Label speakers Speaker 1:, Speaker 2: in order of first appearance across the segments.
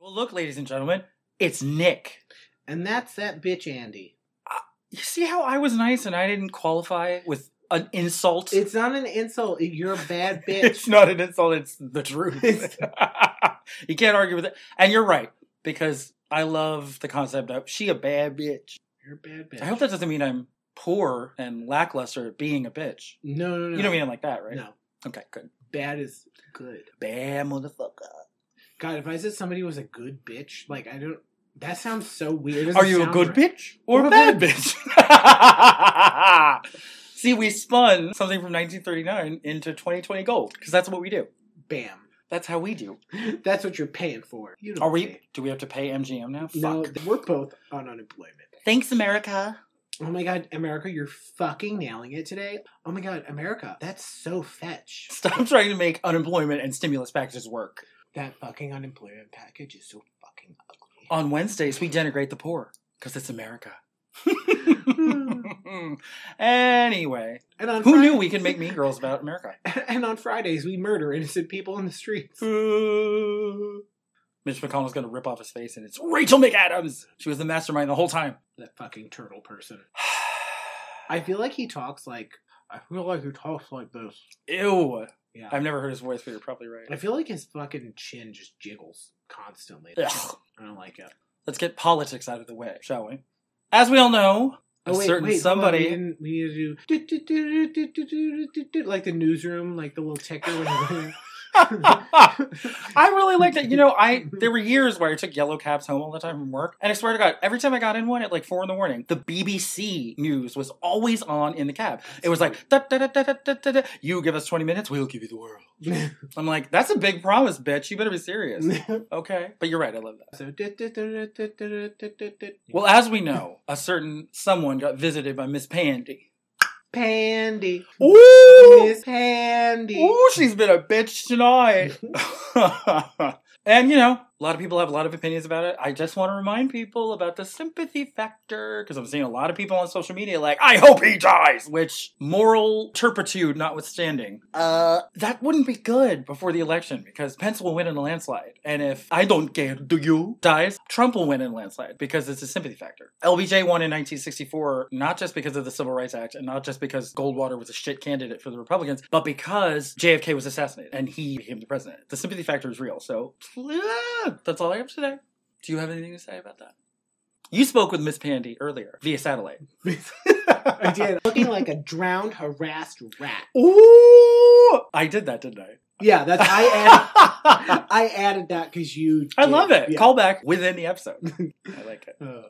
Speaker 1: Well, look, ladies and gentlemen, it's Nick.
Speaker 2: And that's that bitch Andy.
Speaker 1: You see how I was nice and I didn't qualify with an insult?
Speaker 2: It's not an insult. You're a bad
Speaker 1: It's
Speaker 2: bitch.
Speaker 1: not an insult, it's the truth.
Speaker 2: It's-
Speaker 1: you can't argue with it. And you're right, because I love the concept of she a bad bitch.
Speaker 2: You're a bad bitch.
Speaker 1: I hope that doesn't mean I'm poor and lackluster at being a bitch.
Speaker 2: No, no, no.
Speaker 1: You don't mean it like that, right?
Speaker 2: No.
Speaker 1: Okay, good.
Speaker 2: Bad is good.
Speaker 1: Bad motherfucker.
Speaker 2: God, if I said somebody was a good bitch, like I don't. That sounds so weird. It doesn't
Speaker 1: Are you a
Speaker 2: sound
Speaker 1: good
Speaker 2: right.
Speaker 1: bitch or
Speaker 2: Or
Speaker 1: a
Speaker 2: a
Speaker 1: bad bitch? See, we spun something from 1939 into 2020 gold because that's what we do.
Speaker 2: Bam.
Speaker 1: That's how we do.
Speaker 2: That's what you're paying for. You don't
Speaker 1: Are we?
Speaker 2: pay.
Speaker 1: Do we have to pay MGM now?
Speaker 2: No,
Speaker 1: Fuck.
Speaker 2: we're both on unemployment.
Speaker 1: Thanks, America.
Speaker 2: Oh my god, America, you're fucking nailing it today. Oh my god, America, that's so fetch.
Speaker 1: Stop trying to make unemployment and stimulus packages work.
Speaker 2: That fucking unemployment package is so fucking ugly.
Speaker 1: On Wednesdays, we denigrate the poor because it's America. anyway,
Speaker 2: And on
Speaker 1: who
Speaker 2: Fri-
Speaker 1: knew we could make Mean Girls about America?
Speaker 2: And on Fridays, we murder innocent people in the streets.
Speaker 1: Mitch McConnell's gonna rip off his face, and it's Rachel McAdams. She was the mastermind the whole time.
Speaker 2: That fucking turtle person. I feel like he talks like. I feel like he talks like this.
Speaker 1: Ew.
Speaker 2: Yeah.
Speaker 1: I've never heard his voice, but you're probably
Speaker 2: I
Speaker 1: right.
Speaker 2: feel like his fucking chin just jiggles constantly.
Speaker 1: Ugh.
Speaker 2: I don't like it.
Speaker 1: Let's get politics out of the way, shall we? As we all know, a certain
Speaker 2: Oh, hold on,
Speaker 1: somebody.
Speaker 2: we, didn't, we need to do, do, do, do, do, do, do, do, do, like the newsroom, like the little ticker. When you
Speaker 1: I really liked it. You know, I there were years where I took yellow cabs home all the time from work, and I swear to God, every time I got in one at like four in the morning, the BBC news was always on in the cab. It was like da da da da da da da. da. You give us twenty minutes, we'll give you the world. I'm like, that's a big promise, bitch. You better be serious. okay, but you're right. I love that.
Speaker 2: so. do, do, do, do, do, do, do, do.
Speaker 1: Well, as we know, a certain someone got visited by Miss Pandy.
Speaker 2: Pandy,
Speaker 1: Ooh,
Speaker 2: Miss Pandy.
Speaker 1: Ooh, she's been a bitch tonight. and you know, a lot of people have a lot of opinions about it. I just want to remind people about the sympathy factor because I'm seeing a lot of people on social media like, "I hope he dies," which moral turpitude notwithstanding, uh, that wouldn't be good before the election because Pence will win in a landslide, and if I don't care, do you dies, Trump will win in a landslide because it's a sympathy factor. LBJ won in 1964 not just because of the Civil Rights Act and not just because Goldwater was a shit candidate for the Republicans, but because JFK was assassinated and he became the president. The sympathy factor is real. So yeah, that's all I have today. Do you have anything to say about that? You spoke with Miss Pandy earlier via satellite.
Speaker 2: I did, looking like a drowned, harassed rat.
Speaker 1: Ooh, I did that, didn't I?
Speaker 2: Yeah, that's I added. I added that because you.
Speaker 1: I
Speaker 2: did.
Speaker 1: love it.
Speaker 2: Yeah.
Speaker 1: Call back within the episode. I like it.
Speaker 2: Uh,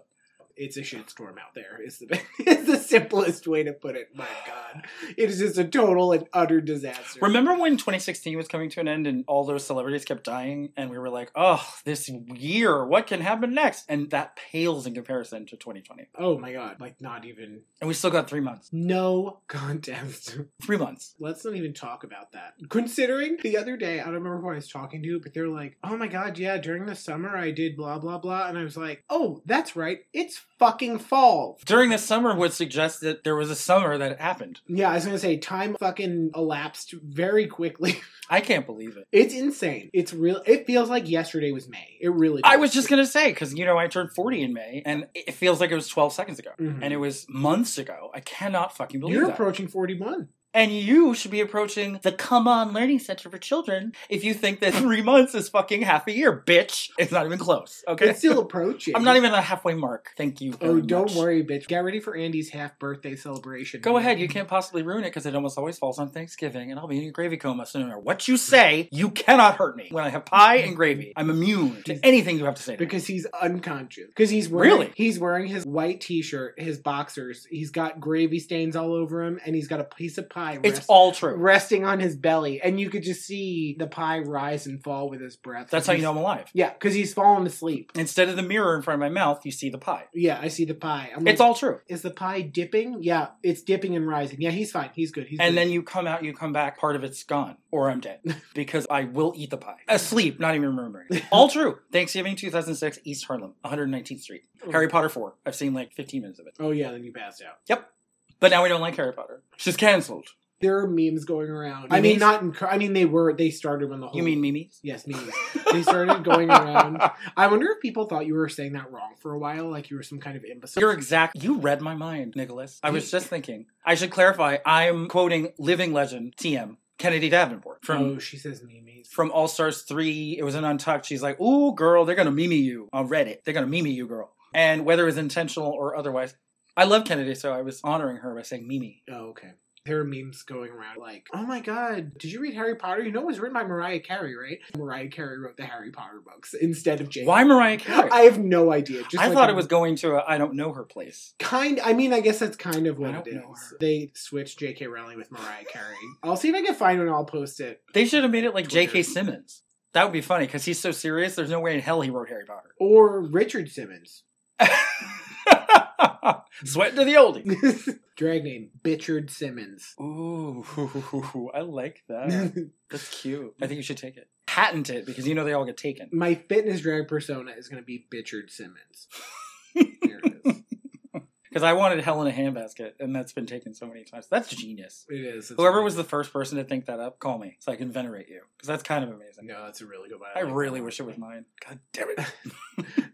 Speaker 2: it's a shitstorm out there. It's the it's the simplest way to put it. My God, it is just a total and utter disaster.
Speaker 1: Remember when 2016 was coming to an end and all those celebrities kept dying, and we were like, "Oh, this year, what can happen next?" And that pales in comparison to 2020.
Speaker 2: Oh my God! Like not even
Speaker 1: And we still got three months.
Speaker 2: no contest.
Speaker 1: Three months.
Speaker 2: Let's not even talk about that. Considering the other day, I don't remember who I was talking to, but they're like, oh my god, yeah, during the summer I did blah, blah, blah. And I was like, oh, that's right. It's fucking fall.
Speaker 1: During the summer would suggest that there was a summer that happened.
Speaker 2: Yeah, I was gonna say, time fucking elapsed very quickly.
Speaker 1: I can't believe it.
Speaker 2: it's insane. It's real. It feels like yesterday was May. It really
Speaker 1: I was just gonna say because you know I turned 40 in May, and it feels like it was 12 seconds ago,
Speaker 2: Mhm.
Speaker 1: and it was months ago. I cannot fucking believe
Speaker 2: You're
Speaker 1: that.
Speaker 2: approaching 41.
Speaker 1: And you should be approaching the Come On Learning Center for Children if you think that three months is fucking half a year, bitch. It's not even close, okay?
Speaker 2: It's still approaching.
Speaker 1: I'm not even at a halfway mark. Thank you.
Speaker 2: Oh,
Speaker 1: very
Speaker 2: don't
Speaker 1: much.
Speaker 2: worry, bitch. Get ready for Andy's half birthday celebration.
Speaker 1: Go ahead. You can't possibly ruin it because it almost always falls on Thanksgiving, and I'll be in a gravy coma. So no matter what you say, you cannot hurt me. When I have pie and gravy, I'm immune to anything you have to say. To me.
Speaker 2: because he's unconscious. Because he's wearing,
Speaker 1: Really?
Speaker 2: he's wearing his white T-shirt, his boxers. He's got gravy stains all over him, and he's got a piece of pie
Speaker 1: It's
Speaker 2: rest-
Speaker 1: all true.
Speaker 2: resting on his belly, and you could just see the pie rise and fall with his breath.
Speaker 1: That's how you know
Speaker 2: He's-
Speaker 1: I'm alive.
Speaker 2: Yeah, because he's fallen asleep.
Speaker 1: Instead of the mirror in front of my mouth, you see the pie.
Speaker 2: Yeah, I see the pie. I'm
Speaker 1: It's all true.
Speaker 2: Is the pie dipping? Yeah, it's dipping and rising. Yeah, he's fine. He's good. He's
Speaker 1: And
Speaker 2: good.
Speaker 1: then you come out, you come back, part of it's gone, or I'm dead because I will eat the pie. Asleep, not even remembering. All true. Thanksgiving 2006, East Harlem, 119th Street. Harry Potter 4. I've seen like 15 minutes of it.
Speaker 2: Oh yeah, then you passed out.
Speaker 1: But now we don't like Harry Potter. She's canceled.
Speaker 2: there are memes going around. I
Speaker 1: Memes?
Speaker 2: mean, not. Enc- I mean, they were. They started when the whole.
Speaker 1: You mean memes?
Speaker 2: Yes, memes. they started going around. I wonder if people thought you were saying that wrong for a while, like you were some kind of imbecile.
Speaker 1: You're exact. You read my mind, Nicholas. I was just thinking. I should clarify. I'm quoting living legend TM Kennedy Davenport from
Speaker 2: oh, she says memes.
Speaker 1: from All Stars 3. It was an untucked. She's like, Ooh, girl, they're going to meme you on Reddit. They're going to meme you, girl. And whether it was intentional or otherwise, I love Kennedy, so I was honoring her by saying meme.
Speaker 2: Oh, okay. There are memes going around like, oh my god, did you read Harry Potter? You know it was written by Mariah Carey, right? Mariah Carey wrote the Harry Potter books instead of Jane.
Speaker 1: Why Mariah Carey?
Speaker 2: I
Speaker 1: I,
Speaker 2: have no idea. Just like
Speaker 1: thought
Speaker 2: a-
Speaker 1: it was going to a I don't know her place.
Speaker 2: kind. I mean, I guess that's kind of
Speaker 1: I
Speaker 2: what
Speaker 1: don't
Speaker 2: it
Speaker 1: know
Speaker 2: is.
Speaker 1: her.
Speaker 2: They switched J.K. Rowling with Mariah Carey. I'll see if I can find one. I'll post it.
Speaker 1: They should have made it like
Speaker 2: Twitter.
Speaker 1: J.K. Simmons. That would be funny because he's so serious. There's no way in hell he wrote Harry Potter.
Speaker 2: Or Richard Simmons.
Speaker 1: Sweat to the oldie.
Speaker 2: Drag name Bichard Simmons.
Speaker 1: Ooh, I like that. That's cute. I think you should take it. Patent it because you know they all get taken.
Speaker 2: My fitness drag persona is going to be Bichard Simmons. there it is.
Speaker 1: Because I wanted hell in a handbasket, and that's been taken so many times. That's genius.
Speaker 2: It is. It's
Speaker 1: Whoever
Speaker 2: really-
Speaker 1: was the first person to think that up, call me so I can venerate you. Because that's kind of amazing.
Speaker 2: No, that's a really good one.
Speaker 1: I
Speaker 2: like
Speaker 1: really
Speaker 2: that.
Speaker 1: wish it was mine. God damn it.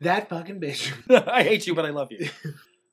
Speaker 2: That fucking bitch.
Speaker 1: I hate you, but I love you.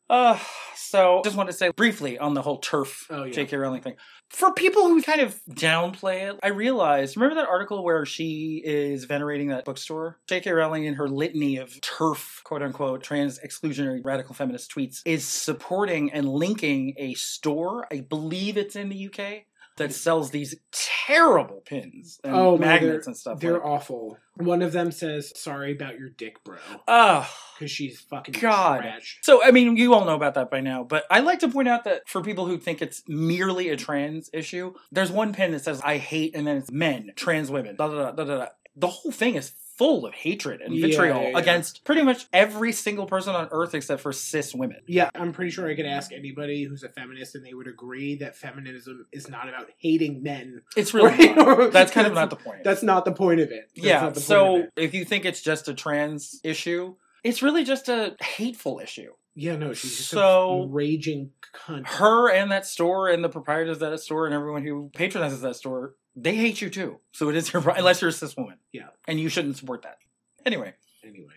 Speaker 1: Uh, so just wanted to say briefly on the whole turf
Speaker 2: Oh, yeah.
Speaker 1: J.K. Rowling thing. For people who kind of downplay it, I realized remember that article where she is venerating that bookstore? J.K. Rowling in her litany of turf, quote unquote, trans exclusionary radical feminist tweets is supporting and linking a store. I believe it's in the UK. That sells these terrible pins and
Speaker 2: Oh, no,
Speaker 1: magnets
Speaker 2: they're-
Speaker 1: and stuff.
Speaker 2: They're
Speaker 1: like-
Speaker 2: awful. One of them says, "Sorry about your dick, bro,"
Speaker 1: Ugh.
Speaker 2: because she's fucking
Speaker 1: God.
Speaker 2: trash.
Speaker 1: So, I mean, you all know about that by now, but I like to point out that for people who think it's merely a trans issue, there's one pin that says, I hate, and then it's men, trans women, da da da da da. da. The whole thing is full of hatred and
Speaker 2: Yeah,
Speaker 1: vitriol
Speaker 2: yeah, yeah.
Speaker 1: against pretty much every single person on earth except for cis women.
Speaker 2: Yeah, I'm pretty sure I could ask anybody who's a feminist, and they would agree that feminism is not about hating men.
Speaker 1: It's really
Speaker 2: Right?
Speaker 1: not. that's kind of not the point.
Speaker 2: That's not the point of it. That's
Speaker 1: yeah,
Speaker 2: not the point of
Speaker 1: so
Speaker 2: it.
Speaker 1: if you think it's just a trans issue, it's really just a hateful issue.
Speaker 2: yeah, no, she's just
Speaker 1: so-
Speaker 2: a raging cunt.
Speaker 1: her and that store and the proprietors of that store and everyone who patronizes that store, they hate you too. So it is your right, unless you're a cis woman.
Speaker 2: Yeah.
Speaker 1: And you shouldn't support that. Anyway,
Speaker 2: Anyway,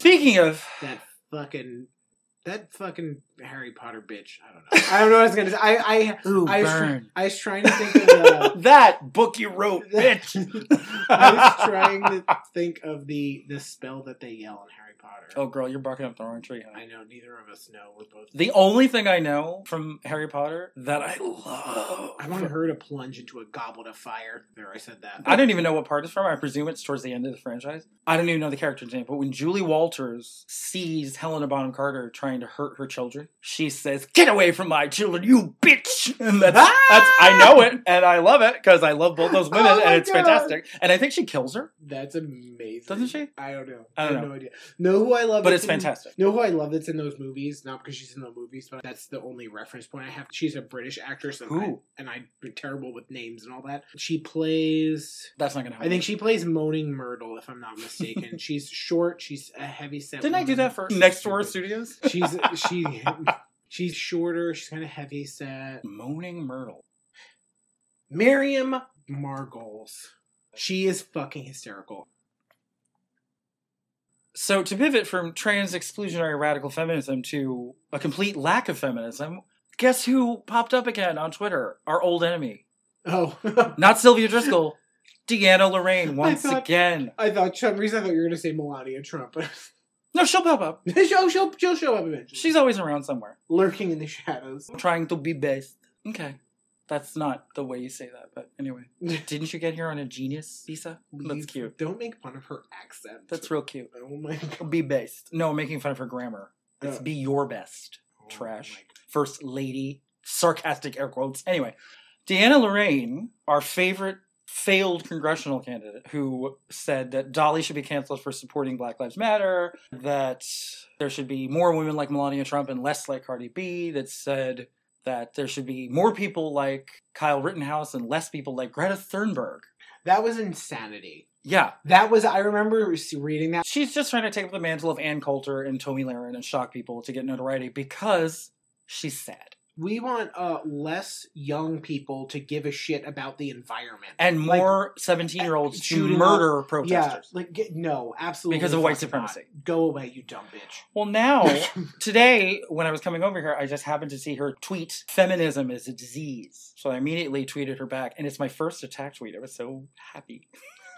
Speaker 1: speaking of,
Speaker 2: that fucking that fucking Harry Potter bitch. I don't know. I don't know what I was gonna say. I I
Speaker 1: ooh,
Speaker 2: I was, try-
Speaker 1: burn.
Speaker 2: I was trying to think of the.
Speaker 1: that book you wrote, bitch.
Speaker 2: I was trying to think of the the spell that they yell in Harry Potter.
Speaker 1: Oh, girl, you're barking up the wrong tree, honey.
Speaker 2: I know neither of us know. We're both.
Speaker 1: The only thing I know from Harry Potter that I love.
Speaker 2: I want her to plunge into a goblet of fire. There, I said that.
Speaker 1: I don't even know what part it's from. I presume it's towards the end of the franchise. I don't even know the character's name, but when Julie Walters sees Helena Bonham Carter trying to hurt her children, she says, "Get away from my children, you bitch!" And that's, that's I know it, and I love it because I love both those women,
Speaker 2: Oh my
Speaker 1: and it's
Speaker 2: God.
Speaker 1: fantastic. And I think she kills her,
Speaker 2: That's amazing.
Speaker 1: Doesn't she?
Speaker 2: I don't know.
Speaker 1: I don't
Speaker 2: have
Speaker 1: know.
Speaker 2: no idea. Know who I love?
Speaker 1: but
Speaker 2: that's
Speaker 1: it's
Speaker 2: in-
Speaker 1: fantastic.
Speaker 2: Know who I love that's in those movies? Not because she's in the movies, but that's the only reference point I have. She's a British actress, and, I,
Speaker 1: Who?
Speaker 2: and I'm terrible with names and all that. She plays.
Speaker 1: That's not gonna. Help
Speaker 2: I think she plays Moaning Myrtle, if I'm not mistaken. she's short. She's a heavy set.
Speaker 1: didn't I do that for Next Door Studios?
Speaker 2: She's she she's shorter. She's kind of heavy set.
Speaker 1: Moaning Myrtle.
Speaker 2: Miriam Margolis. She is fucking hysterical.
Speaker 1: So to pivot from trans exclusionary radical feminism to a complete lack of feminism, guess who popped up again on Twitter? Our old enemy,
Speaker 2: Oh,
Speaker 1: Not Sylvia Driscoll. Deanna Lorraine once
Speaker 2: thought-
Speaker 1: again.
Speaker 2: I thought some reason I thought you were gonna say Melania Trump.
Speaker 1: No, she'll pop up.
Speaker 2: she'll, she'll she'll show up eventually.
Speaker 1: She's always around somewhere,
Speaker 2: lurking in the shadows.
Speaker 1: trying to be best. Okay. That's not the way you say that, but anyway. Didn't you get here on a genius, Lisa? That's
Speaker 2: Please
Speaker 1: cute.
Speaker 2: Don't make fun of her accent.
Speaker 1: That's real cute.
Speaker 2: Oh my god.
Speaker 1: Be best. No, I'm making fun of her grammar. It's
Speaker 2: Oh.
Speaker 1: be your best.
Speaker 2: Oh my
Speaker 1: Trash.
Speaker 2: God.
Speaker 1: First lady. Sarcastic air quotes. Anyway, Deanna Lorraine, our favorite failed congressional candidate who said that Dolly should be canceled for supporting Black Lives Matter, that there should be more women like Melania Trump and less like Cardi B, that said that there should be more people like Kyle Rittenhouse and less people like Greta Thunberg.
Speaker 2: That was insanity.
Speaker 1: Yeah,
Speaker 2: That was. I remember reading that.
Speaker 1: she's just trying to take up the mantle of Ann Coulter and Tommy Lahren and shock people to get notoriety because she's sad.
Speaker 2: we want uh, less young people to give a shit about the environment.
Speaker 1: and
Speaker 2: Like,
Speaker 1: more 17 year olds to
Speaker 2: shooting
Speaker 1: murder
Speaker 2: yeah,
Speaker 1: protesters
Speaker 2: like get, no, absolutely
Speaker 1: because of white
Speaker 2: fucking not.
Speaker 1: supremacy.
Speaker 2: Go away, you dumb bitch.
Speaker 1: Well, now, today, when I was coming over here, I just happened to see her tweet, feminism is a disease. So I immediately tweeted her back, and it's my first attack tweet. I was so happy.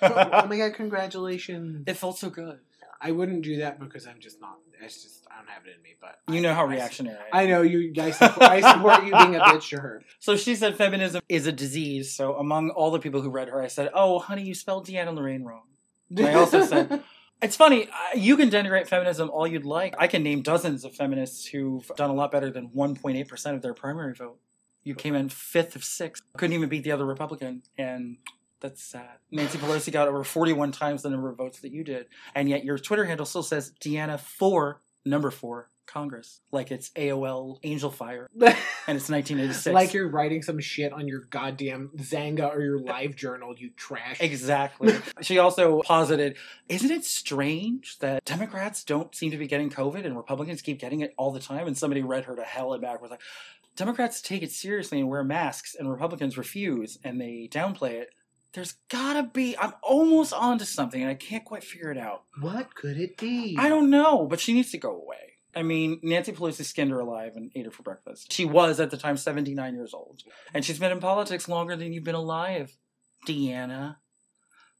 Speaker 2: oh my god, congratulations!
Speaker 1: it felt so good.
Speaker 2: I wouldn't do that because I'm just not. It's just I don't have it in me. But
Speaker 1: You
Speaker 2: I-
Speaker 1: know how
Speaker 2: I-
Speaker 1: reactionary I am.
Speaker 2: I know you. I support, I support you being a bitch to her.
Speaker 1: So she said feminism is a disease. So among all the people who read her, I said, oh, honey, you spelled Deanna Lorraine wrong. I also said- It's funny, I- you can denigrate feminism all you'd like. I can name dozens of feminists who've done a lot better than 1.8% of their primary vote. You came in fifth of six, couldn't even beat the other Republican, and that's sad. Nancy Pelosi got over 41 times the number of votes that you did, and yet your Twitter handle still says Deanna for number four Congress, like it's AOL Angel Fire, and it's 1986.
Speaker 2: like you're writing some shit on your goddamn Zanga or your live journal, you trash.
Speaker 1: Exactly. she also posited, isn't it strange that Democrats don't seem to be getting COVID and Republicans keep getting it all the time? And somebody read her to hell and back was like, Democrats take it seriously and wear masks, and Republicans refuse and they downplay it. There's gotta be, I'm almost onto something and I can't quite figure it out.
Speaker 2: What could it be?
Speaker 1: I don't know, but she needs to go away. I mean, Nancy Pelosi skinned her alive and ate her for breakfast. She was at the time 79 years old, and she's been in politics longer than you've been alive, Deanna.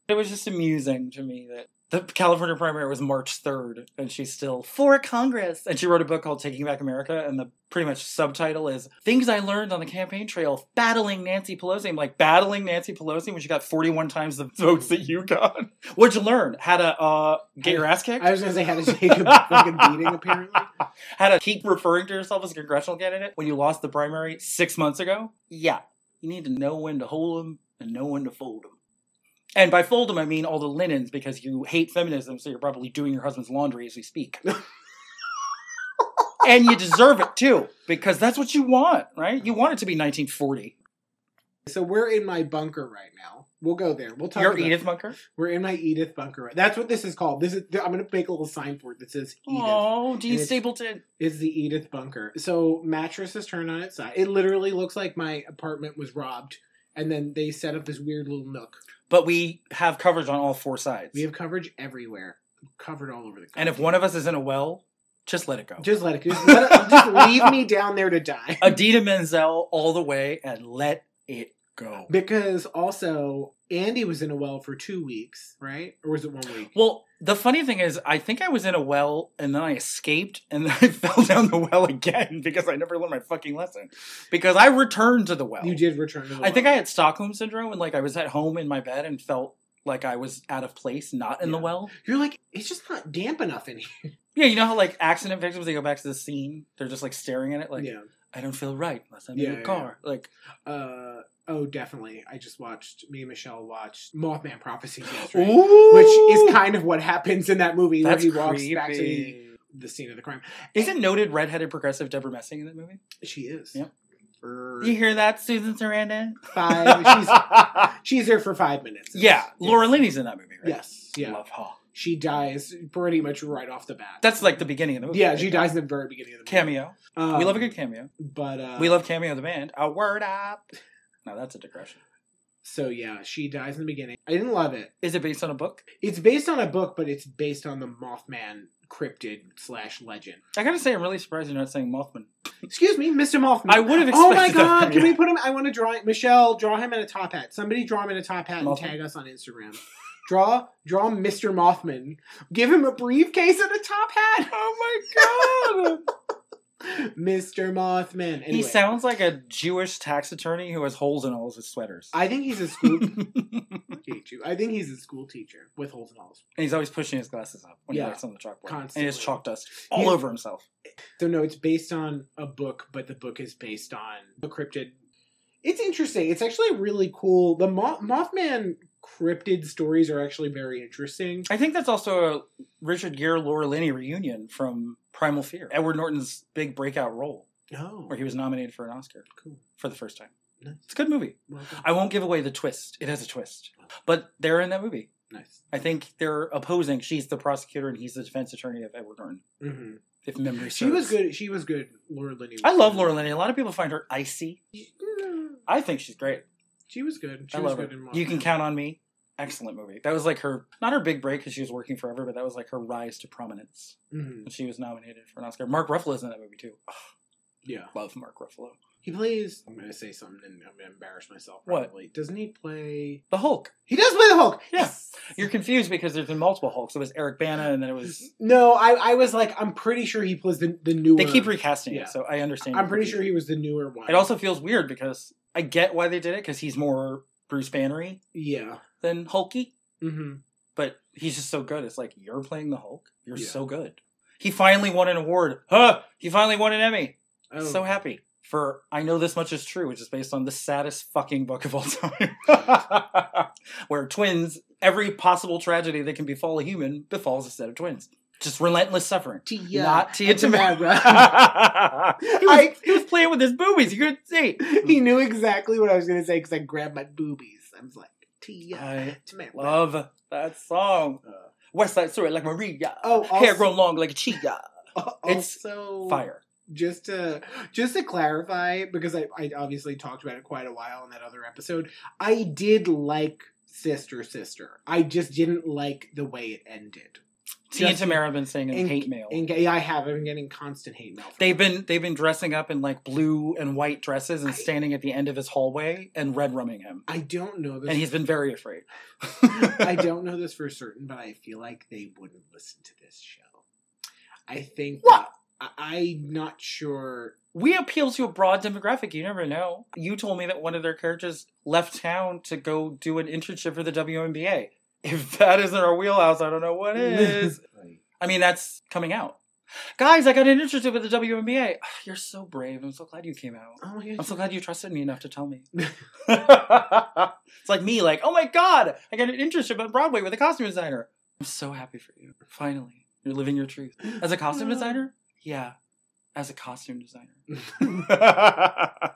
Speaker 1: It was just amusing to me that the California primary was March 3rd, and she's still for Congress. And she wrote a book called Taking Back America, and the pretty much subtitle is Things I Learned on the Campaign Trail Battling Nancy Pelosi. I'm like, battling Nancy Pelosi when she got 41 times the votes that you got? What'd you learn? How to uh, get your ass kicked?
Speaker 2: I was gonna say how to take a fucking beating. Apparently,
Speaker 1: How to keep referring to yourself as a congressional candidate when you lost the primary six months ago? Yeah. You need to know when to hold them and know when to fold them. And by fold them, I mean all the linens because you hate feminism, so you're probably doing your husband's laundry as we speak. and you deserve it too because that's what you want, right? You want it to be 1940.
Speaker 2: so we're in my bunker right now. We'll go there. We'll talk.
Speaker 1: You're
Speaker 2: about
Speaker 1: Edith Munker.
Speaker 2: We're in my Edith bunker. right- That's what this is called. This is. I'm gonna make a little sign for it that says Edith.
Speaker 1: Oh, Dean
Speaker 2: And it's-
Speaker 1: Stapleton.
Speaker 2: It's the Edith bunker. So mattress is turned on its side. It literally looks like my apartment was robbed, and then they set up this weird little nook.
Speaker 1: But we have coverage on all four sides.
Speaker 2: We have coverage everywhere, covered all over the. Country.
Speaker 1: and if one of us is in a well, just let it go.
Speaker 2: Just let it. Just, let it, just leave me down there to die.
Speaker 1: Adina Menzel all the way and let it go.
Speaker 2: Because also, Andy was in a well for two weeks, right? Or was it one week?
Speaker 1: Well, the funny thing is, I think I was in a well and then I escaped and then I fell down the well again because I never learned my fucking lesson. Because I returned to the well.
Speaker 2: you did return to the well.
Speaker 1: I think I had Stockholm syndrome and like I was at home in my bed and felt like I was out of place, not in the
Speaker 2: Yeah.
Speaker 1: well.
Speaker 2: You're like, it's just not damp enough in here.
Speaker 1: Yeah, you know how like accident victims they go back to the scene, they're just like staring at it, like
Speaker 2: yeah.
Speaker 1: I don't feel right unless I'm
Speaker 2: Yeah,
Speaker 1: in
Speaker 2: yeah,
Speaker 1: a car. Like,
Speaker 2: Uh, oh, definitely. I just watched, me and Michelle watched Mothman Prophecy yesterday.
Speaker 1: ooh,
Speaker 2: Which is kind of what happens in that movie
Speaker 1: that's
Speaker 2: where he walks back to the,
Speaker 1: creepy.
Speaker 2: the scene of the crime.
Speaker 1: Isn't noted redheaded progressive Deborah Messing in that movie?
Speaker 2: She is.
Speaker 1: Yep.
Speaker 2: For
Speaker 1: You hear that, Susan Sarandon?
Speaker 2: five. She's, she's there for five minutes.
Speaker 1: yeah, Laura
Speaker 2: Yes.
Speaker 1: Linney's in that movie, right?
Speaker 2: Yes. Yeah.
Speaker 1: Love her.
Speaker 2: She dies pretty much right off the bat.
Speaker 1: That's like the beginning of the movie.
Speaker 2: Yeah,
Speaker 1: right?
Speaker 2: she dies in the very beginning of the movie.
Speaker 1: Cameo.
Speaker 2: Um,
Speaker 1: we love a good cameo.
Speaker 2: But uh,
Speaker 1: we love cameo the band. A word up. Now that's a digression.
Speaker 2: So yeah, she dies in the beginning. I didn't love it.
Speaker 1: Is it based on a book?
Speaker 2: It's based on a book, but it's based on the Mothman cryptid slash legend.
Speaker 1: I gotta say, I'm really surprised you're not saying Mothman.
Speaker 2: Excuse me, Mr. Mothman.
Speaker 1: I would have
Speaker 2: Oh
Speaker 1: expected
Speaker 2: my
Speaker 1: that
Speaker 2: god!
Speaker 1: from
Speaker 2: Can
Speaker 1: you.
Speaker 2: we put him? I want to draw Michelle. Draw him in a top hat. Somebody draw him in a top hat
Speaker 1: Mothman?
Speaker 2: and tag us on Instagram. Draw, draw Mr. Mothman. Give him a briefcase and a top hat,
Speaker 1: Oh my god!
Speaker 2: Mr. Mothman. Anyway,
Speaker 1: He sounds like a Jewish tax attorney who has holes in all of his sweaters.
Speaker 2: I think he's a school teacher. I think he's a school teacher with holes in all his
Speaker 1: And he's always pushing his glasses up when
Speaker 2: Yeah.
Speaker 1: he writes on the chalkboard. And he
Speaker 2: Constantly.
Speaker 1: has chalk dust all
Speaker 2: Yeah.
Speaker 1: over himself.
Speaker 2: So no, it's based on a book, but the book is based on a cryptid. It's interesting. It's actually really cool. The Mo- Mothman cryptid stories are actually very interesting.
Speaker 1: I think that's also a Richard Gere, Laura Linney reunion from Primal Fear, Edward Norton's big breakout role,
Speaker 2: Oh,
Speaker 1: where he was nominated for an Oscar
Speaker 2: cool.
Speaker 1: for the first time.
Speaker 2: Nice.
Speaker 1: It's a good movie.
Speaker 2: Welcome.
Speaker 1: I won't give away the twist. It has a twist, but they're in that movie.
Speaker 2: Nice.
Speaker 1: I think they're opposing. She's the prosecutor and he's the defense attorney of Edward Norton,
Speaker 2: hmm
Speaker 1: if memory serves.
Speaker 2: She was good. She was good. Laura Linney. Was
Speaker 1: I love
Speaker 2: good.
Speaker 1: Laura Linney. A lot of people find her icy.
Speaker 2: Mm,
Speaker 1: I think she's great.
Speaker 2: She was good. She
Speaker 1: I
Speaker 2: was
Speaker 1: love her.
Speaker 2: good in Mothman.
Speaker 1: You can count on me. Excellent movie. That was like her, not her big break because she was working forever, but that was like her rise to prominence.
Speaker 2: Mhm.
Speaker 1: And she was nominated for an Oscar. Mark Ruffalo's in that movie too. Ugh,
Speaker 2: Yeah.
Speaker 1: love Mark Ruffalo.
Speaker 2: He plays. I'm gonna say something and I'm gonna embarrass myself.
Speaker 1: What?
Speaker 2: Probably. Doesn't he play?
Speaker 1: The Hulk.
Speaker 2: He does play the Hulk.
Speaker 1: Yeah. You're confused because there's been multiple Hulks. It was Eric Bana and then it was.
Speaker 2: No, I, I was like, I'm pretty sure he plays the the newer.
Speaker 1: They keep recasting
Speaker 2: Yeah.
Speaker 1: it, so I understand.
Speaker 2: I'm pretty sure he was the newer one.
Speaker 1: It also feels weird because I get why they did it because he's more Bruce Bannery
Speaker 2: Yeah.
Speaker 1: than Hulky.
Speaker 2: hmm
Speaker 1: but he's just so good. It's like you're playing the Hulk. You're
Speaker 2: Yeah.
Speaker 1: so good. He finally won an award. Huh? He finally won an Emmy.
Speaker 2: Oh.
Speaker 1: So happy for I know this much is true, which is based on the saddest fucking book of all time, where twins every possible tragedy that can befall a human befalls a set of twins. Just relentless suffering.
Speaker 2: Tia.
Speaker 1: Not Tia
Speaker 2: and Tamara.
Speaker 1: Tamara. he, was,
Speaker 2: I-
Speaker 1: he was playing with his boobies. You couldn't see.
Speaker 2: he knew exactly what I was gonna say because I grabbed my boobies. I was like, Tia.
Speaker 1: I
Speaker 2: Tamara.
Speaker 1: love that song.
Speaker 2: Uh,
Speaker 1: West Side Story like Maria.
Speaker 2: oh,
Speaker 1: Hair
Speaker 2: also,
Speaker 1: grown long like a chia. It's
Speaker 2: also
Speaker 1: Fire.
Speaker 2: just to just to clarify because I, I obviously talked about it quite a while in that other episode i did like sister sister i just didn't like the way it ended
Speaker 1: Tia and
Speaker 2: Just-
Speaker 1: Tamara have been singing
Speaker 2: and-
Speaker 1: hate mail.
Speaker 2: and yeah, i have i've been getting constant hate mail from
Speaker 1: they've been they've been dressing up in like blue and white dresses and standing at the end of his hallway and red rumming him.
Speaker 2: i don't know this
Speaker 1: And he's been very afraid.
Speaker 2: i don't know this for certain but i feel like they wouldn't listen to this show i think
Speaker 1: What?
Speaker 2: I, i'm not sure
Speaker 1: we appeal to a broad demographic. You never know. You told me that one of their characters left town to go do an internship for the WNBA. If that isn't our wheelhouse, I don't know what is. I mean, that's coming out. Guys, I got an internship with the WNBA. You're so brave. I'm so glad you came out.
Speaker 2: oh my
Speaker 1: I'm
Speaker 2: gosh
Speaker 1: so glad you trusted me enough to tell me. it's like me, like, oh my god, I got an internship at Broadway with a costume designer. I'm so happy for you. Finally, you're living your truth. As a costume designer? Yeah, as a costume designer. That's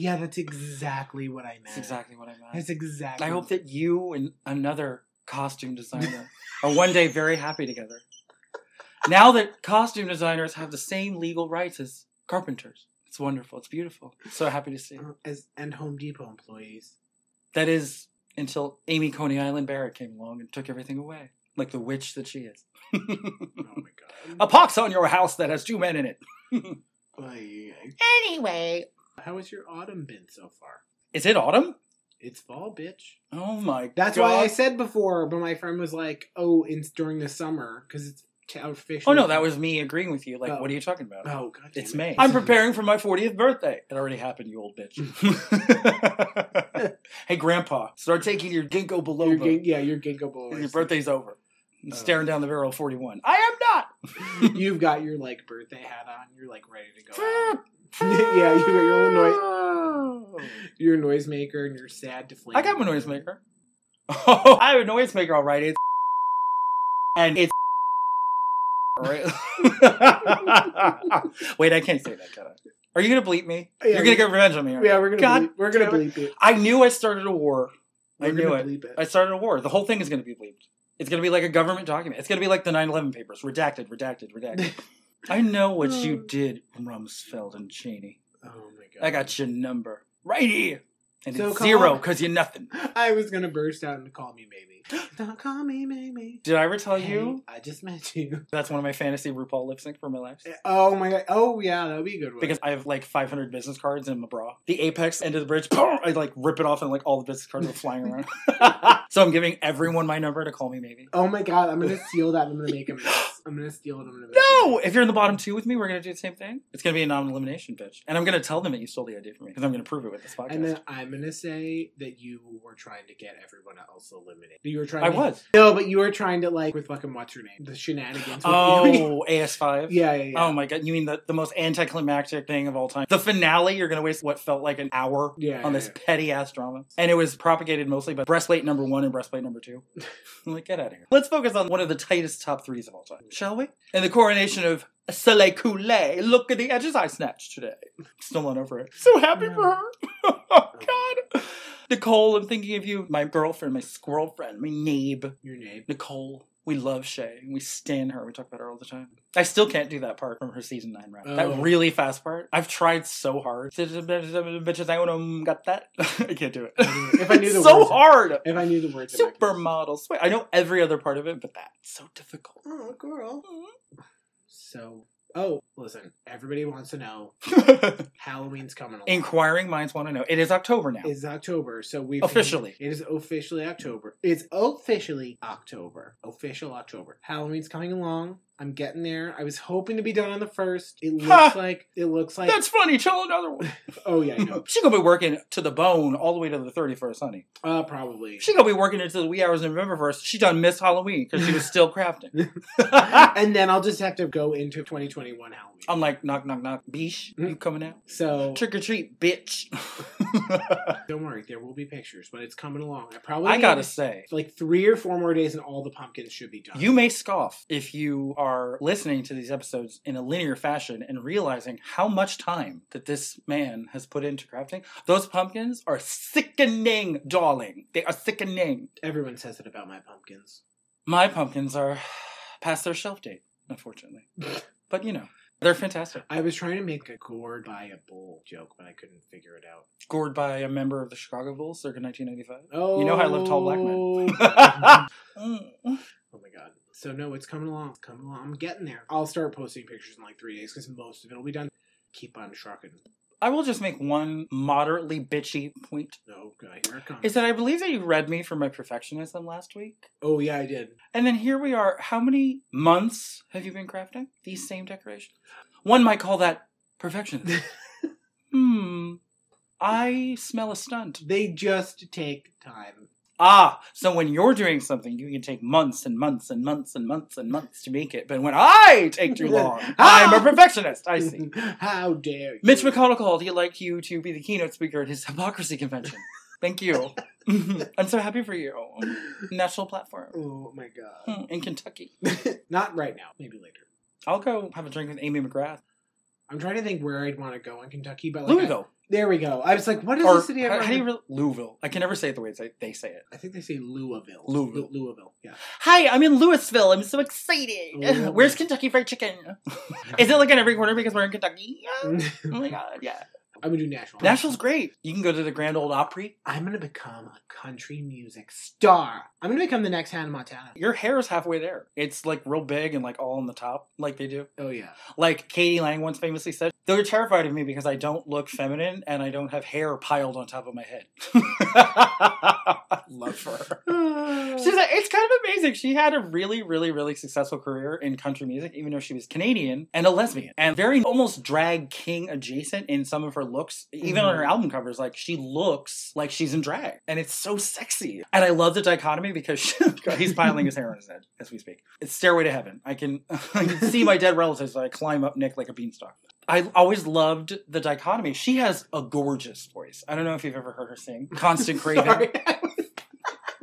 Speaker 2: yeah that's exactly what i meant
Speaker 1: exactly what I meant.
Speaker 2: that's exactly
Speaker 1: I hope that you and another costume designer are one day very happy together. Now that costume designers have the same legal rights as carpenters, it's wonderful. It's beautiful. So happy to see.
Speaker 2: Uh, as and Home Depot employees.
Speaker 1: That is until Amy Coney Island Barrett came along and took everything away, like the witch that she is.
Speaker 2: Oh my
Speaker 1: A
Speaker 2: god.
Speaker 1: pox on your house that has two men in it.
Speaker 2: Ay, ay,
Speaker 1: Anyway,
Speaker 2: ay. How has your autumn been so far?
Speaker 1: is it autumn?
Speaker 2: It's fall, bitch.
Speaker 1: Oh my
Speaker 2: That's
Speaker 1: god!
Speaker 2: why I said before, but my friend was like, "Oh, it's during the summer because it's t- officially."
Speaker 1: Oh no, that was me agreeing with you. Like,
Speaker 2: Oh.
Speaker 1: what are you talking about?
Speaker 2: Oh god, damn
Speaker 1: It's
Speaker 2: it.
Speaker 1: May. I'm preparing for my 40th birthday. It already happened, you old bitch. hey, Grandpa, start taking your ginkgo
Speaker 2: Your
Speaker 1: biloba.
Speaker 2: gig, yeah, your ginkgo bowl.
Speaker 1: Your birthday's over. I'm
Speaker 2: Oh.
Speaker 1: staring down the barrel of 41. I am
Speaker 2: You've got your like birthday hat on. You're like ready to go.
Speaker 1: not.
Speaker 2: out. yeah, you got your little noise,
Speaker 1: noise.
Speaker 2: your noisemaker, and you're sad to flame.
Speaker 1: I got my noisemaker. Oh, I have a noisemaker, all right. It's and it's all right. Wait, I can't say that, can I? Are you gonna bleep me?
Speaker 2: Yeah,
Speaker 1: You're
Speaker 2: we-
Speaker 1: gonna get revenge on me. aren't you?
Speaker 2: Yeah, we're gonna
Speaker 1: God
Speaker 2: bleep, we're gonna
Speaker 1: damn
Speaker 2: bleep it.
Speaker 1: I knew I started a war. I
Speaker 2: We're
Speaker 1: knew
Speaker 2: gonna
Speaker 1: it.
Speaker 2: Bleep it.
Speaker 1: I started a war. The whole thing is gonna be bleeped. It's gonna be like a government document. It's gonna be like the 9/11 papers, redacted, redacted, redacted. I know what you did, Rumsfeld and Cheney.
Speaker 2: oh my god.
Speaker 1: I got your number right here, and
Speaker 2: So
Speaker 1: it's
Speaker 2: come
Speaker 1: zero
Speaker 2: on.
Speaker 1: because you're nothing.
Speaker 2: I was gonna burst out and call me maybe. Don't call me maybe.
Speaker 1: Did I ever tell
Speaker 2: Hey,
Speaker 1: Oh, you
Speaker 2: I just met you.
Speaker 1: That's one of my fantasy RuPaul lip sync for my life.
Speaker 2: Oh my god. Oh yeah, that'd be a good one.
Speaker 1: Because I have like 500 business cards in my bra. The apex end of the bridge, I like rip it off and like all the business cards are flying around. so I'm giving everyone my number to call me maybe.
Speaker 2: oh my god, I'm gonna steal that. and I'm gonna make a mess. I'm gonna steal it. I'm gonna make a
Speaker 1: No!
Speaker 2: mess.
Speaker 1: If you're in the bottom two with me, we're going to do the same thing. It's going to be a non elimination bitch. And I'm going to tell them that you stole the idea from me because I'm going to prove it with this podcast.
Speaker 2: And then I'm gonna say that you were trying to get everyone else eliminated. You were trying.
Speaker 1: I
Speaker 2: to,
Speaker 1: was.
Speaker 2: No, but you were trying to like with fucking what's her name, the shenanigans. With
Speaker 1: Oh, AS5.
Speaker 2: yeah, yeah, yeah.
Speaker 1: Oh my god, you mean the, the most anticlimactic thing of all time? The finale, you're gonna waste what felt like an hour
Speaker 2: yeah,
Speaker 1: on
Speaker 2: yeah,
Speaker 1: this petty ass drama. And it was propagated mostly by breastplate number one and breastplate number two. I'm like, get out of here. Let's focus on one of the tightest top threes of all time, shall we? And the coronation of Soleil Coulee. Look at the edges I snatched today. Still not over it. So happy for her. oh, God. Nicole, I'm thinking of you, my girlfriend, my squirrel friend, my nabe.
Speaker 2: Your name.
Speaker 1: Nicole. We love Shay. We stan her. We talk about her all the time. I still can't do that part from her season nine rap.
Speaker 2: Oh.
Speaker 1: That really fast part. I've tried so hard. Bitches, I would got that. I can't do it.
Speaker 2: If I knew the
Speaker 1: It's so
Speaker 2: words-
Speaker 1: hard.
Speaker 2: If I knew the words. I'd make it.
Speaker 1: Supermodel sweat. I know every other part of it, but that's so difficult.
Speaker 2: Oh, girl. So, oh, listen. Everybody wants to know. Halloween's coming along.
Speaker 1: Inquiring minds want to know. It is October now.
Speaker 2: It's October, so we've
Speaker 1: Officially.
Speaker 2: It is officially October. It's officially October. Official October. Halloween's coming along. I'm getting there. I was hoping to be done on the first. It looks
Speaker 1: Ha!
Speaker 2: like it looks like.
Speaker 1: That's funny. Tell another one.
Speaker 2: oh yeah, I know.
Speaker 1: She gonna be working to the bone all the way to the thirty first, honey.
Speaker 2: Uh, probably.
Speaker 1: She gonna be working into the wee hours of November first. She done missed Halloween because she was still crafting.
Speaker 2: and then I'll just have to go into 2021 Halloween.
Speaker 1: I'm like knock knock knock. Beesh, you coming out?
Speaker 2: so
Speaker 1: Trick or treat, bitch.
Speaker 2: don't worry, there will be pictures, but it's coming along. I probably
Speaker 1: I gotta say,
Speaker 2: like three or four more days, and all the pumpkins should be done.
Speaker 1: You may scoff if you are listening to these episodes in a linear fashion and realizing how much time that this man has put into crafting. Those pumpkins are sickening, darling. They are sickening.
Speaker 2: Everyone says that about my pumpkins.
Speaker 1: My pumpkins are past their shelf date, unfortunately. but you know, they're fantastic.
Speaker 2: I was trying to make a gourd by a bowl joke, but I couldn't figure it out.
Speaker 1: Gored by a member of the Chicago Bulls circa 1995.
Speaker 2: Oh,
Speaker 1: You know how I love tall black men.
Speaker 2: men.
Speaker 1: Mm.
Speaker 2: Oh my god. So no, it's coming along. It's coming along. I'm getting there. I'll start posting pictures in like three days because most of it'll be done. Keep on trucking.
Speaker 1: I will just make one moderately bitchy point.
Speaker 2: No, God, here it comes.
Speaker 1: Is that I believe that you read me for my perfectionism last week.
Speaker 2: oh yeah, I did.
Speaker 1: And then here we are. How many months have you been crafting these same decorations? One might call that perfection. hmm. I smell a stunt.
Speaker 2: They just take time.
Speaker 1: Ah, so when you're doing something, you can take months and months and months and months and months to make it. But when I take too long, I'm a perfectionist. I see.
Speaker 2: how dare you,
Speaker 1: Mitch McConnell called. He'd like you to be the keynote speaker at his hypocrisy convention. Thank you. I'm so happy for you. National platform
Speaker 2: Oh my god.
Speaker 1: Hmm, in Kentucky.
Speaker 2: Not right now. Maybe later.
Speaker 1: I'll go have a drink with Amy McGrath.
Speaker 2: I'm trying to think where I'd want to go in Kentucky, but like
Speaker 1: Louisville.
Speaker 2: I- there we go. I was like, what is
Speaker 1: Or
Speaker 2: the city?
Speaker 1: how,
Speaker 2: I've
Speaker 1: how do you
Speaker 2: ever-
Speaker 1: re- Louisville? I can never say it the way they, they say it.
Speaker 2: I think they say Louisville.
Speaker 1: Louisville.
Speaker 2: Lu- Louisville. Yeah.
Speaker 1: Hi, I'm in Louisville. I'm so excited.
Speaker 2: Louisville.
Speaker 1: Where's Kentucky Fried Chicken? Is it like in every corner because we're in Kentucky? Yeah.
Speaker 2: I'm
Speaker 1: Oh my god, yeah.
Speaker 2: gonna do Nashville.
Speaker 1: Nashville's great. You can go to the Grand Old Opry.
Speaker 2: I'm gonna become a country music star. I'm gonna become the next Hannah Montana.
Speaker 1: Your hair is halfway there. It's like real big and like all on the top, like they do.
Speaker 2: Oh yeah.
Speaker 1: Like Katie Lang once famously said, they're terrified of me because I don't look feminine and I don't have hair piled on top of my head. Love her. She's like, it's kind of amazing. She had a really, really, really successful career in country music, even though she was Canadian and a lesbian and very almost drag king adjacent in some of her looks, even on her
Speaker 2: Mhm.
Speaker 1: album covers. Like, she looks like she's in drag and it's so sexy. And I love the dichotomy because she, God, he's piling his hair on his head as we speak. It's Stairway to Heaven. I can, I can see my dead relatives. I climb up Nick like a beanstalk. I always loved the dichotomy. She has a gorgeous voice. I don't know if you've ever heard her sing. Constant Craving.
Speaker 2: Sorry.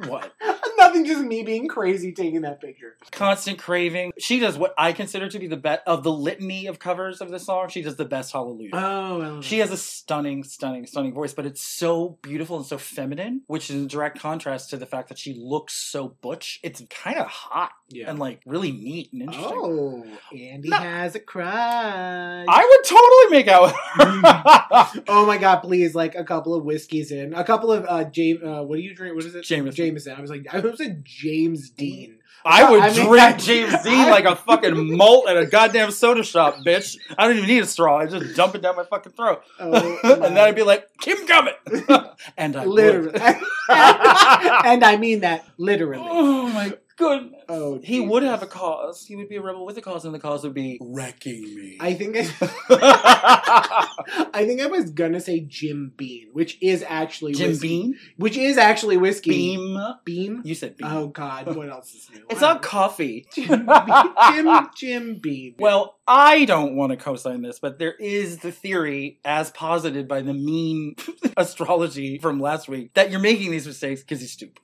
Speaker 1: what?
Speaker 2: Nothing, just me being crazy taking that picture.
Speaker 1: constant craving. She does what I consider to be the best of the litany of covers of this song. She does the best Hallelujah.
Speaker 2: Oh, I love
Speaker 1: she has a stunning, stunning, stunning voice, but it's so beautiful and so feminine, which is in direct contrast to the fact that she looks so butch. It's kind of hot
Speaker 2: yeah.
Speaker 1: and like really neat and interesting.
Speaker 2: oh, Andy
Speaker 1: No.
Speaker 2: has a crush.
Speaker 1: I would totally make out with her.
Speaker 2: oh my god, please! Like a couple of whiskeys in, a couple of uh, James. Uh, what do you drink? What is it?
Speaker 1: Jameson.
Speaker 2: Jameson. I was like, I was a James Dean.
Speaker 1: I would
Speaker 2: I mean,
Speaker 1: drink
Speaker 2: I-
Speaker 1: James Dean like a fucking malt at a goddamn soda shop, bitch. I don't even need a straw. I just dump it down my fucking throat.
Speaker 2: Oh,
Speaker 1: and
Speaker 2: my-
Speaker 1: then I'd be like, Kim Gummit! and I would.
Speaker 2: literally, and I mean that literally.
Speaker 1: Oh my goodness.
Speaker 2: Oh,
Speaker 1: he would
Speaker 2: Jesus.
Speaker 1: have a cause. He would be a rebel with a cause, and the cause would be wrecking me.
Speaker 2: I think I, I think I was gonna say Jim Bean, which is actually
Speaker 1: Jim
Speaker 2: whiskey,
Speaker 1: Bean?
Speaker 2: which is actually whiskey.
Speaker 1: Beam?
Speaker 2: Beam?
Speaker 1: You said Beam.
Speaker 2: Oh God, what else is new?
Speaker 1: it's
Speaker 2: I
Speaker 1: not coffee.
Speaker 2: don't know. Jim, Jim Jim Beam.
Speaker 1: Well, I don't want to co sign this, but there is the theory, as posited by the mean astrology from last week, that you're making these mistakes because you're stupid.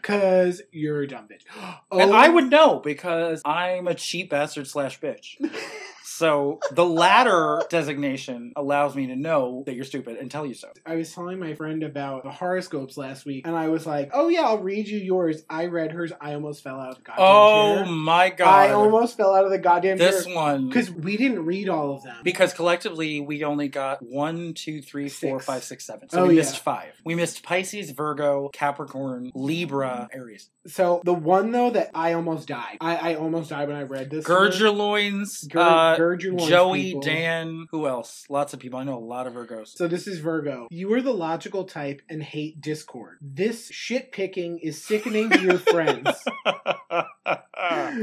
Speaker 2: because you're a dumb bitch. Oh,
Speaker 1: And I would know because I'm a cheap bastard slash bitch. So the latter designation allows me to know that you're stupid and tell you so.
Speaker 2: I was telling my friend about the horoscopes last week, and I was like, "Oh yeah, I'll read you yours." I read hers. I almost fell out of the goddamn
Speaker 1: Oh
Speaker 2: chair.
Speaker 1: my
Speaker 2: I
Speaker 1: god.
Speaker 2: almost fell out of the goddamn
Speaker 1: This
Speaker 2: chair
Speaker 1: one.
Speaker 2: because we didn't read all of them.
Speaker 1: Because collectively we only got one, two, three, four,
Speaker 2: Six.
Speaker 1: five, six, seven. So
Speaker 2: Oh,
Speaker 1: we
Speaker 2: yeah.
Speaker 1: missed five. We missed Pisces, Virgo, Capricorn, Libra,
Speaker 2: Mm-hmm.
Speaker 1: Aries.
Speaker 2: so the one though that I almost died. I, I almost died when I read this.
Speaker 1: Gird
Speaker 2: one.
Speaker 1: your loins.
Speaker 2: Gird-
Speaker 1: uh,
Speaker 2: gird your loins,
Speaker 1: Joey,
Speaker 2: people.
Speaker 1: Dan, who else? Lots of people. I know a lot of Virgos.
Speaker 2: So this is Virgo. You are the logical type and hate discord. This shit picking is sickening to your friends.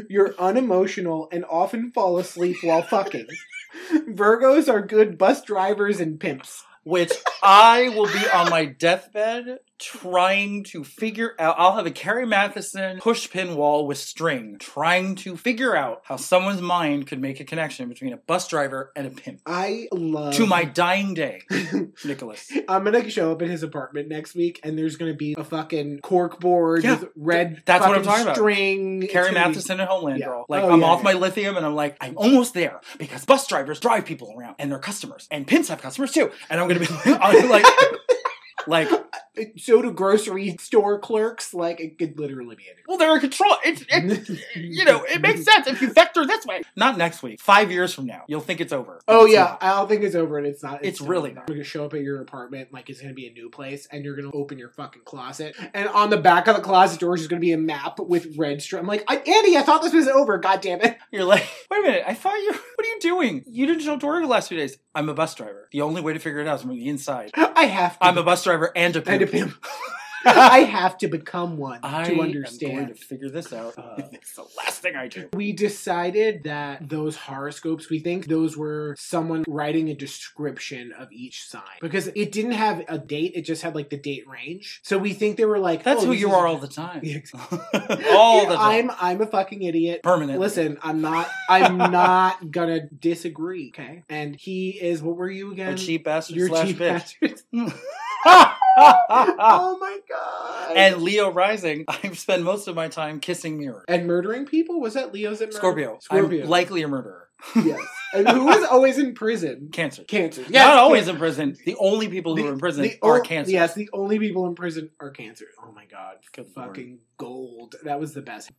Speaker 2: You're unemotional and often fall asleep while fucking. Virgos are good bus drivers and pimps.
Speaker 1: Which I will be on my deathbed trying to figure out. I'll have a Carrie Matheson pushpin wall with string, trying to figure out how someone's mind could make a connection between a bus driver and a pimp.
Speaker 2: I love
Speaker 1: to my dying day, Nicholas.
Speaker 2: I'm gonna show up at his apartment next week, and there's gonna be a fucking cork board
Speaker 1: Yeah,
Speaker 2: with red.
Speaker 1: that's what I'm
Speaker 2: fucking
Speaker 1: talking about.
Speaker 2: String. It's
Speaker 1: Carrie
Speaker 2: gonna be-
Speaker 1: Matheson and Homeland
Speaker 2: yeah.
Speaker 1: Girl. Like,
Speaker 2: Oh,
Speaker 1: I'm
Speaker 2: yeah,
Speaker 1: off
Speaker 2: yeah.
Speaker 1: my lithium and I'm like, I'm almost there because bus drivers drive people around and they're customers and pimps have customers too. And I'm going to be I'm like, like,
Speaker 2: so do grocery store clerks. Like it could literally be anyone.
Speaker 1: well, they're in control. It, it, you know, it makes sense if you vector this way. Not next week. Five years from now, you'll think it's over.
Speaker 2: Oh
Speaker 1: It's
Speaker 2: yeah,
Speaker 1: not.
Speaker 2: I don't think it's over, and it's not.
Speaker 1: It's
Speaker 2: still
Speaker 1: really
Speaker 2: over.
Speaker 1: not.
Speaker 2: I'm gonna show up at your apartment, like it's gonna be a new place, and you're gonna open your fucking closet, and on the back of the closet door is just gonna be a map with red strip. I'm like, I, Andy, I thought this was over. God damn it!
Speaker 1: You're like, wait a minute. I thought you. What are you doing? You didn't show up to work the last few days. I'm a bus driver. The only way to figure it out is from the inside.
Speaker 2: I have. To
Speaker 1: I'm a bus driver and a
Speaker 2: And a
Speaker 1: pimp.
Speaker 2: pimp. I have to become one
Speaker 1: I
Speaker 2: to
Speaker 1: am
Speaker 2: understand.
Speaker 1: going to figure this out.
Speaker 2: Uh,
Speaker 1: it's the last thing I do.
Speaker 2: we decided that those horoscopes, we think those were someone writing a description of each sign because it didn't have a date, it just had like the date range. So we think they were like,
Speaker 1: That's
Speaker 2: oh,
Speaker 1: who
Speaker 2: this
Speaker 1: you
Speaker 2: is-
Speaker 1: are all the time.
Speaker 2: Yeah,
Speaker 1: all
Speaker 2: Yeah,
Speaker 1: the time.
Speaker 2: I'm I'm a fucking idiot.
Speaker 1: Permanent.
Speaker 2: Listen, I'm not I'm not gonna disagree, okay? And he is what were you again?
Speaker 1: a cheap bastard
Speaker 2: You're
Speaker 1: slash
Speaker 2: cheap
Speaker 1: bitch. Ah.
Speaker 2: bastard. oh my god.
Speaker 1: and Leo rising. I spend most of my time kissing mirrors.
Speaker 2: and murdering people? Was that Leo's at murder?
Speaker 1: Scorpio.
Speaker 2: Scorpio.
Speaker 1: I'm likely a murderer.
Speaker 2: yes. And who was always in prison?
Speaker 1: Cancer.
Speaker 2: Cancer. Yes,
Speaker 1: Not always
Speaker 2: cancer.
Speaker 1: in prison. The only people who
Speaker 2: The-
Speaker 1: are in prison
Speaker 2: the
Speaker 1: are
Speaker 2: ol-
Speaker 1: cancer.
Speaker 2: Yes, the only people in prison are cancer. Oh my god.
Speaker 1: Good
Speaker 2: Fucking gold. That was the best.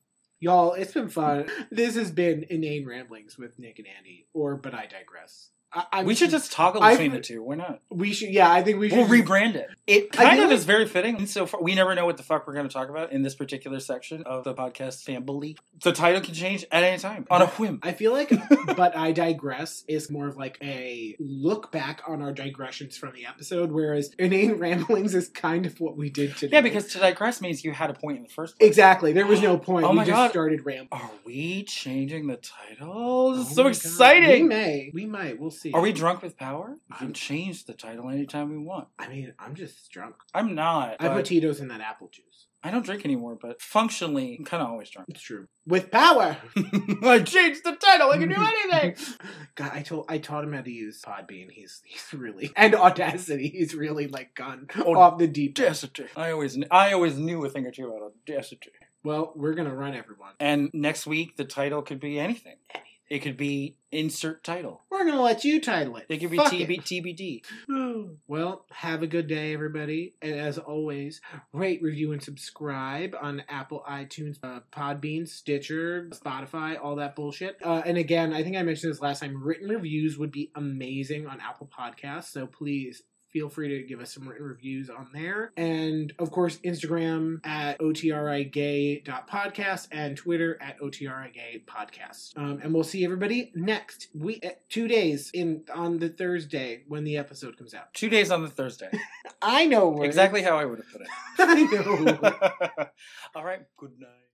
Speaker 2: Y'all, it's been fun. This has been Inane Ramblings with Nick and Andy. Or but I digress. I, I,
Speaker 1: We should just toggle
Speaker 2: I've-
Speaker 1: between the two. Why not?
Speaker 2: we should yeah, I think we should
Speaker 1: We'll
Speaker 2: just-
Speaker 1: rebrand it. It
Speaker 2: I
Speaker 1: kind
Speaker 2: do
Speaker 1: of
Speaker 2: it.
Speaker 1: is very fitting. And so far, we never know what the fuck we're going to talk about in this particular section of the podcast family. The title can change at any time on a whim.
Speaker 2: I feel like But I Digress is more of like a look back on our digressions from the episode, whereas Inane Ramblings is kind of what we did today.
Speaker 1: Yeah, because to digress means you had a point in the first place.
Speaker 2: Exactly. There was no point.
Speaker 1: Oh my
Speaker 2: we just
Speaker 1: God.
Speaker 2: started rambling.
Speaker 1: Are we changing the title? This
Speaker 2: Oh
Speaker 1: is so
Speaker 2: my God. We
Speaker 1: exciting.
Speaker 2: may. We might. We'll see.
Speaker 1: Are we drunk with power? We can
Speaker 2: I'm-
Speaker 1: change the title anytime we want.
Speaker 2: I mean, I'm just drunk.
Speaker 1: I'm not.
Speaker 2: I put
Speaker 1: but-
Speaker 2: Tito's in that apple juice.
Speaker 1: I don't drink anymore, but functionally, I'm kind of always drunk.
Speaker 2: It's true. With power.
Speaker 1: I changed the title. I can do anything.
Speaker 2: God, I told I taught him how to use Podbean. He's he's really and Audacity. He's really like gone off the deep. end.
Speaker 1: Audacity. I always, kn- I always knew a thing or two about audacity.
Speaker 2: Well, we're gonna run everyone.
Speaker 1: And next week, the title could be anything. It could be insert title.
Speaker 2: We're gonna let you title it.
Speaker 1: It could be
Speaker 2: Fuck
Speaker 1: TB, TBD.
Speaker 2: it. Well, have a good day, everybody. And as always, rate, review, and subscribe on Apple, iTunes, uh, Podbean, Stitcher, Spotify, all that bullshit. Uh, and again, I think I mentioned this last time. Written reviews would be amazing on Apple Podcasts, so please feel free to give us some written reviews on there. And of course, Instagram at otrigay.podcast and Twitter at otrigaypodcast. Um, and we'll see everybody next week, uh, two days in on the Thursday when the episode comes out.
Speaker 1: Two days on the Thursday.
Speaker 2: I know words.
Speaker 1: Exactly how I would have put
Speaker 2: I know.
Speaker 1: it. All right. Good night.